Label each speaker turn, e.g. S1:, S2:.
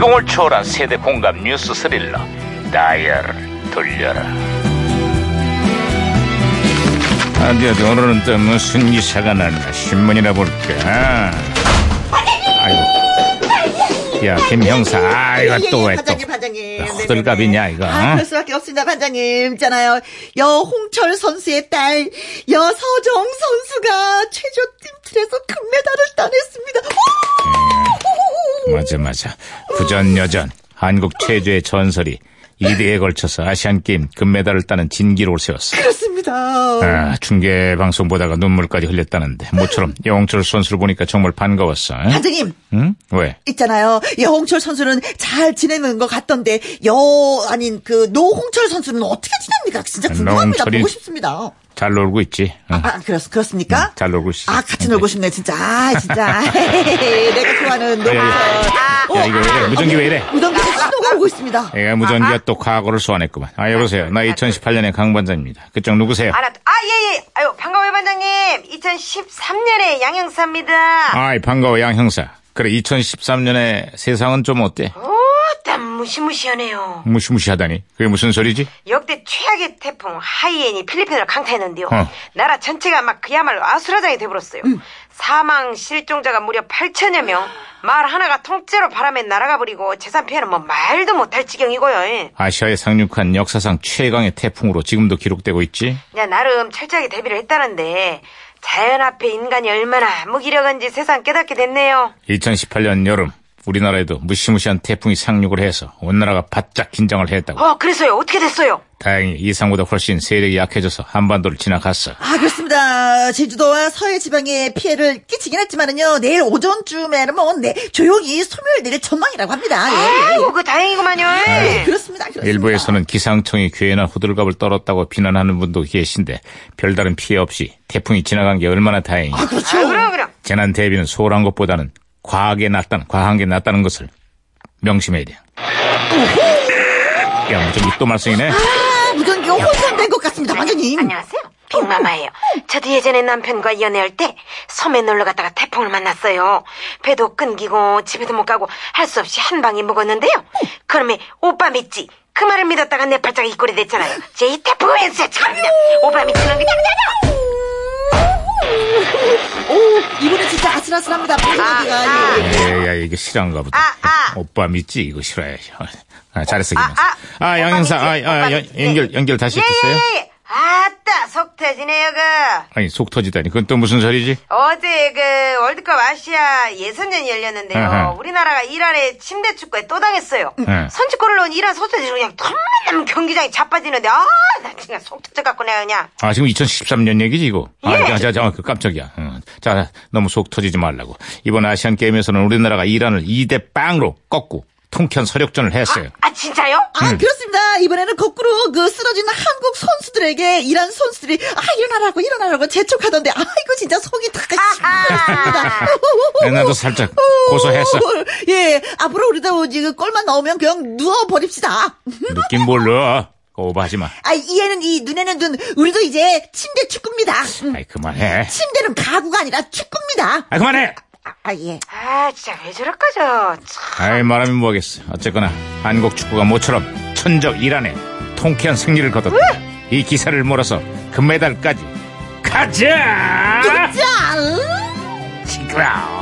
S1: 감동을 초월한 세대 공감 뉴스 스릴러 다이얼 돌려라 어디 어디 오늘은 또 무슨 기사가 났나 신문이나 볼까 아이고 야 김형사
S2: 예,
S1: 아이고
S2: 예, 예,
S1: 또왜또
S2: 반장님, 반장님.
S1: 호들갑이냐,
S2: 네네네.
S1: 이거,
S2: 아,
S1: 어?
S2: 그럴 수밖에 없습니다, 반장님. 있잖아요. 여 홍철 선수의 딸, 여서정 선수가 최저팀 틀에서 금메달을 따냈습니다. 오!
S1: 맞아 맞아 부전 여전 한국 체조의 전설이 2대에 걸쳐서 아시안게임 금메달을 따는 진기록을 세웠어
S2: 그렇습니다.
S1: 아, 중계 방송 보다가 눈물까지 흘렸다는데 모처럼 영철 선수를 보니까 정말 반가웠어. 응?
S2: 반장님,
S1: 응? 왜?
S2: 있잖아요. 여홍철 선수는 잘 지내는 것 같던데, 여, 아닌 그, 노홍철 선수는 어떻게 지냅니까? 진짜 궁금합니다.
S1: 아, 노홍철이-
S2: 보고 싶습니다.
S1: 잘 놀고 있지? 응.
S2: 아, 그렇, 그렇습니까?
S1: 응, 네, 잘 놀고 있어.
S2: 아, 같이 놀고 싶네, 진짜. 아, 진짜. 내가 좋아하는 노홍철.
S1: 예, 야,
S2: 아,
S1: 야, 이거 왜 이래? 무전기 왜 이래? 아. 예.
S2: 무전기에서 신호가 오고 있습니다.
S1: 애가 무전기가 또 과거를 소환했구만. 아, 여보세요. 나 2018년의 강반장입니다. 그쪽 누구세요?
S3: 알았. 아 예예. 아유 반가워요 반장님. 2013년에 양형사입니다.
S1: 아이, 반가워, 양 형사. 그래, 2013년에 세상은 좀 어때?
S3: 어땀 무시무시하네요.
S1: 무시무시하다니. 그게 무슨 소리지?
S3: 역대 최악의 태풍 하이엔이 필리핀을 강타했는데요.
S1: 어.
S3: 나라 전체가 막 그야말로 아수라장이 돼버렸어요. 사망 실종자가 무려 8천여 명. 말 하나가 통째로 바람에 날아가 버리고 재산 피해는 뭐 말도 못할 지경이고요.
S1: 아시아에 상륙한 역사상 최강의 태풍으로 지금도 기록되고 있지?
S3: 그냥 나름 철저하게 대비를 했다는데 자연 앞에 인간이 얼마나 무기력한지 세상 깨닫게 됐네요.
S1: 2018년 여름 우리나라에도 무시무시한 태풍이 상륙을 해서 온 나라가 바짝 긴장을 했다고.
S3: 어 그래서요 어떻게 됐어요?
S1: 다행히 이상보다 훨씬 세력이 약해져서 한반도를 지나갔어.
S2: 아, 그렇습니다. 제주도와 서해 지방에 피해를 끼치긴 했지만은요, 내일 오전쯤에는 뭐, 네, 조용히 소멸 내릴 전망이라고 합니다. 예, 예.
S3: 아이고 그 다행이구만요.
S2: 예, 그렇습니다. 그렇습니다.
S1: 일부에서는 기상청이 괴연한 호들갑을 떨었다고 비난하는 분도 계신데 별다른 피해 없이 태풍이 지나간 게 얼마나 다행이야.
S2: 아, 그렇죠.
S3: 아, 그럼 그럼.
S1: 재난 대비는 소홀한 것보다는 과하게 낫다는 과한 게 낫다는 것을 명심해야 돼. 야, 무전기 또 말썽이네.
S2: 아, 무전기가 혼선된 것 같습니다, 반장님.
S3: 안녕하세요. 빅마마예요. 저도 예전에 남편과 연애할 때 섬에 놀러 갔다가 태풍을 만났어요. 배도 끊기고 집에도 못 가고 할 수 없이 한 방에 묵었는데요. 그러면 오빠 믿지? 그 말을 믿었다가 내 발자가 이 꼴이 됐잖아요. 제 이 태풍을 했어요. 참나. 오빠 믿지는 그냥 그냥.
S2: 오, 이분은 진짜 아슬아슬합니다, 무전기가.
S3: 아,
S2: 예.
S1: 야, 야, 이게 실한가 보다.
S3: 아, 아.
S1: 오빠 믿지? 이거 실화야죠. 아, 잘했어, 김
S3: 아,
S1: 형사.
S3: 아.
S1: 아, 양 형사.
S3: 오빠
S1: 아,
S3: 믿지?
S1: 아,
S3: 오빠
S1: 연,
S3: 믿지?
S1: 연결, 연결 다시
S3: 예,
S1: 해주세요.
S3: 예, 예. 아따 속 터지네요 그.
S1: 아니, 속 터지다니. 그건 또 무슨 소리지?
S3: 어제 그 월드컵 아시아 예선전이 열렸는데요.
S1: 아하.
S3: 우리나라가 이란의 침대 축구에 또 당했어요.
S1: 네.
S3: 선취골을 넣은 이란 소세지로 그냥 텀만 경기장이 자빠지는데 아나 그냥 속 터져갖고 내가 그냥
S1: 아, 지금 2013년 얘기지, 이거? 아,
S3: 예.
S1: 자, 자, 자, 그 깜짝이야. 응. 자, 너무 속 터지지 말라고. 이번 아시안 게임에서는 우리나라가 이란을 2대 빵으로 꺾고 통쾌한 서력전을 했어요.
S3: 아 진짜요?
S1: 음.
S2: 아, 그렇습니다. 이번에는 거꾸로 그 쓰러진 한국 선수들에게 이란 선수들이, 아, 일어나라고, 일어나라고 재촉하던데, 아, 이거 진짜 속이 다
S3: 아,
S2: 시원했습니다.
S1: 나도 살짝 고소했어.
S2: 예, 앞으로 우리도 지금 골만 넣으면 그냥 누워버립시다.
S1: 느낌 몰라. 오버하지 마.
S2: 아, 이에는 이, 눈에는 눈. 우리도 이제 침대 축구입니다. 음,
S1: 아이, 그만해.
S2: 침대는 가구가 아니라 축구입니다.
S1: 아이, 그만해!
S2: 아, 예.
S3: 아 진짜 왜 저럴까 저. 참.
S1: 아이 말하면 뭐하겠어 어쨌거나 한국 축구가 모처럼 천적 이란에 통쾌한 승리를 거뒀다 이 기사를 몰아서 금메달까지 가자
S2: 짠! 음.
S3: 예!
S1: 시끄러워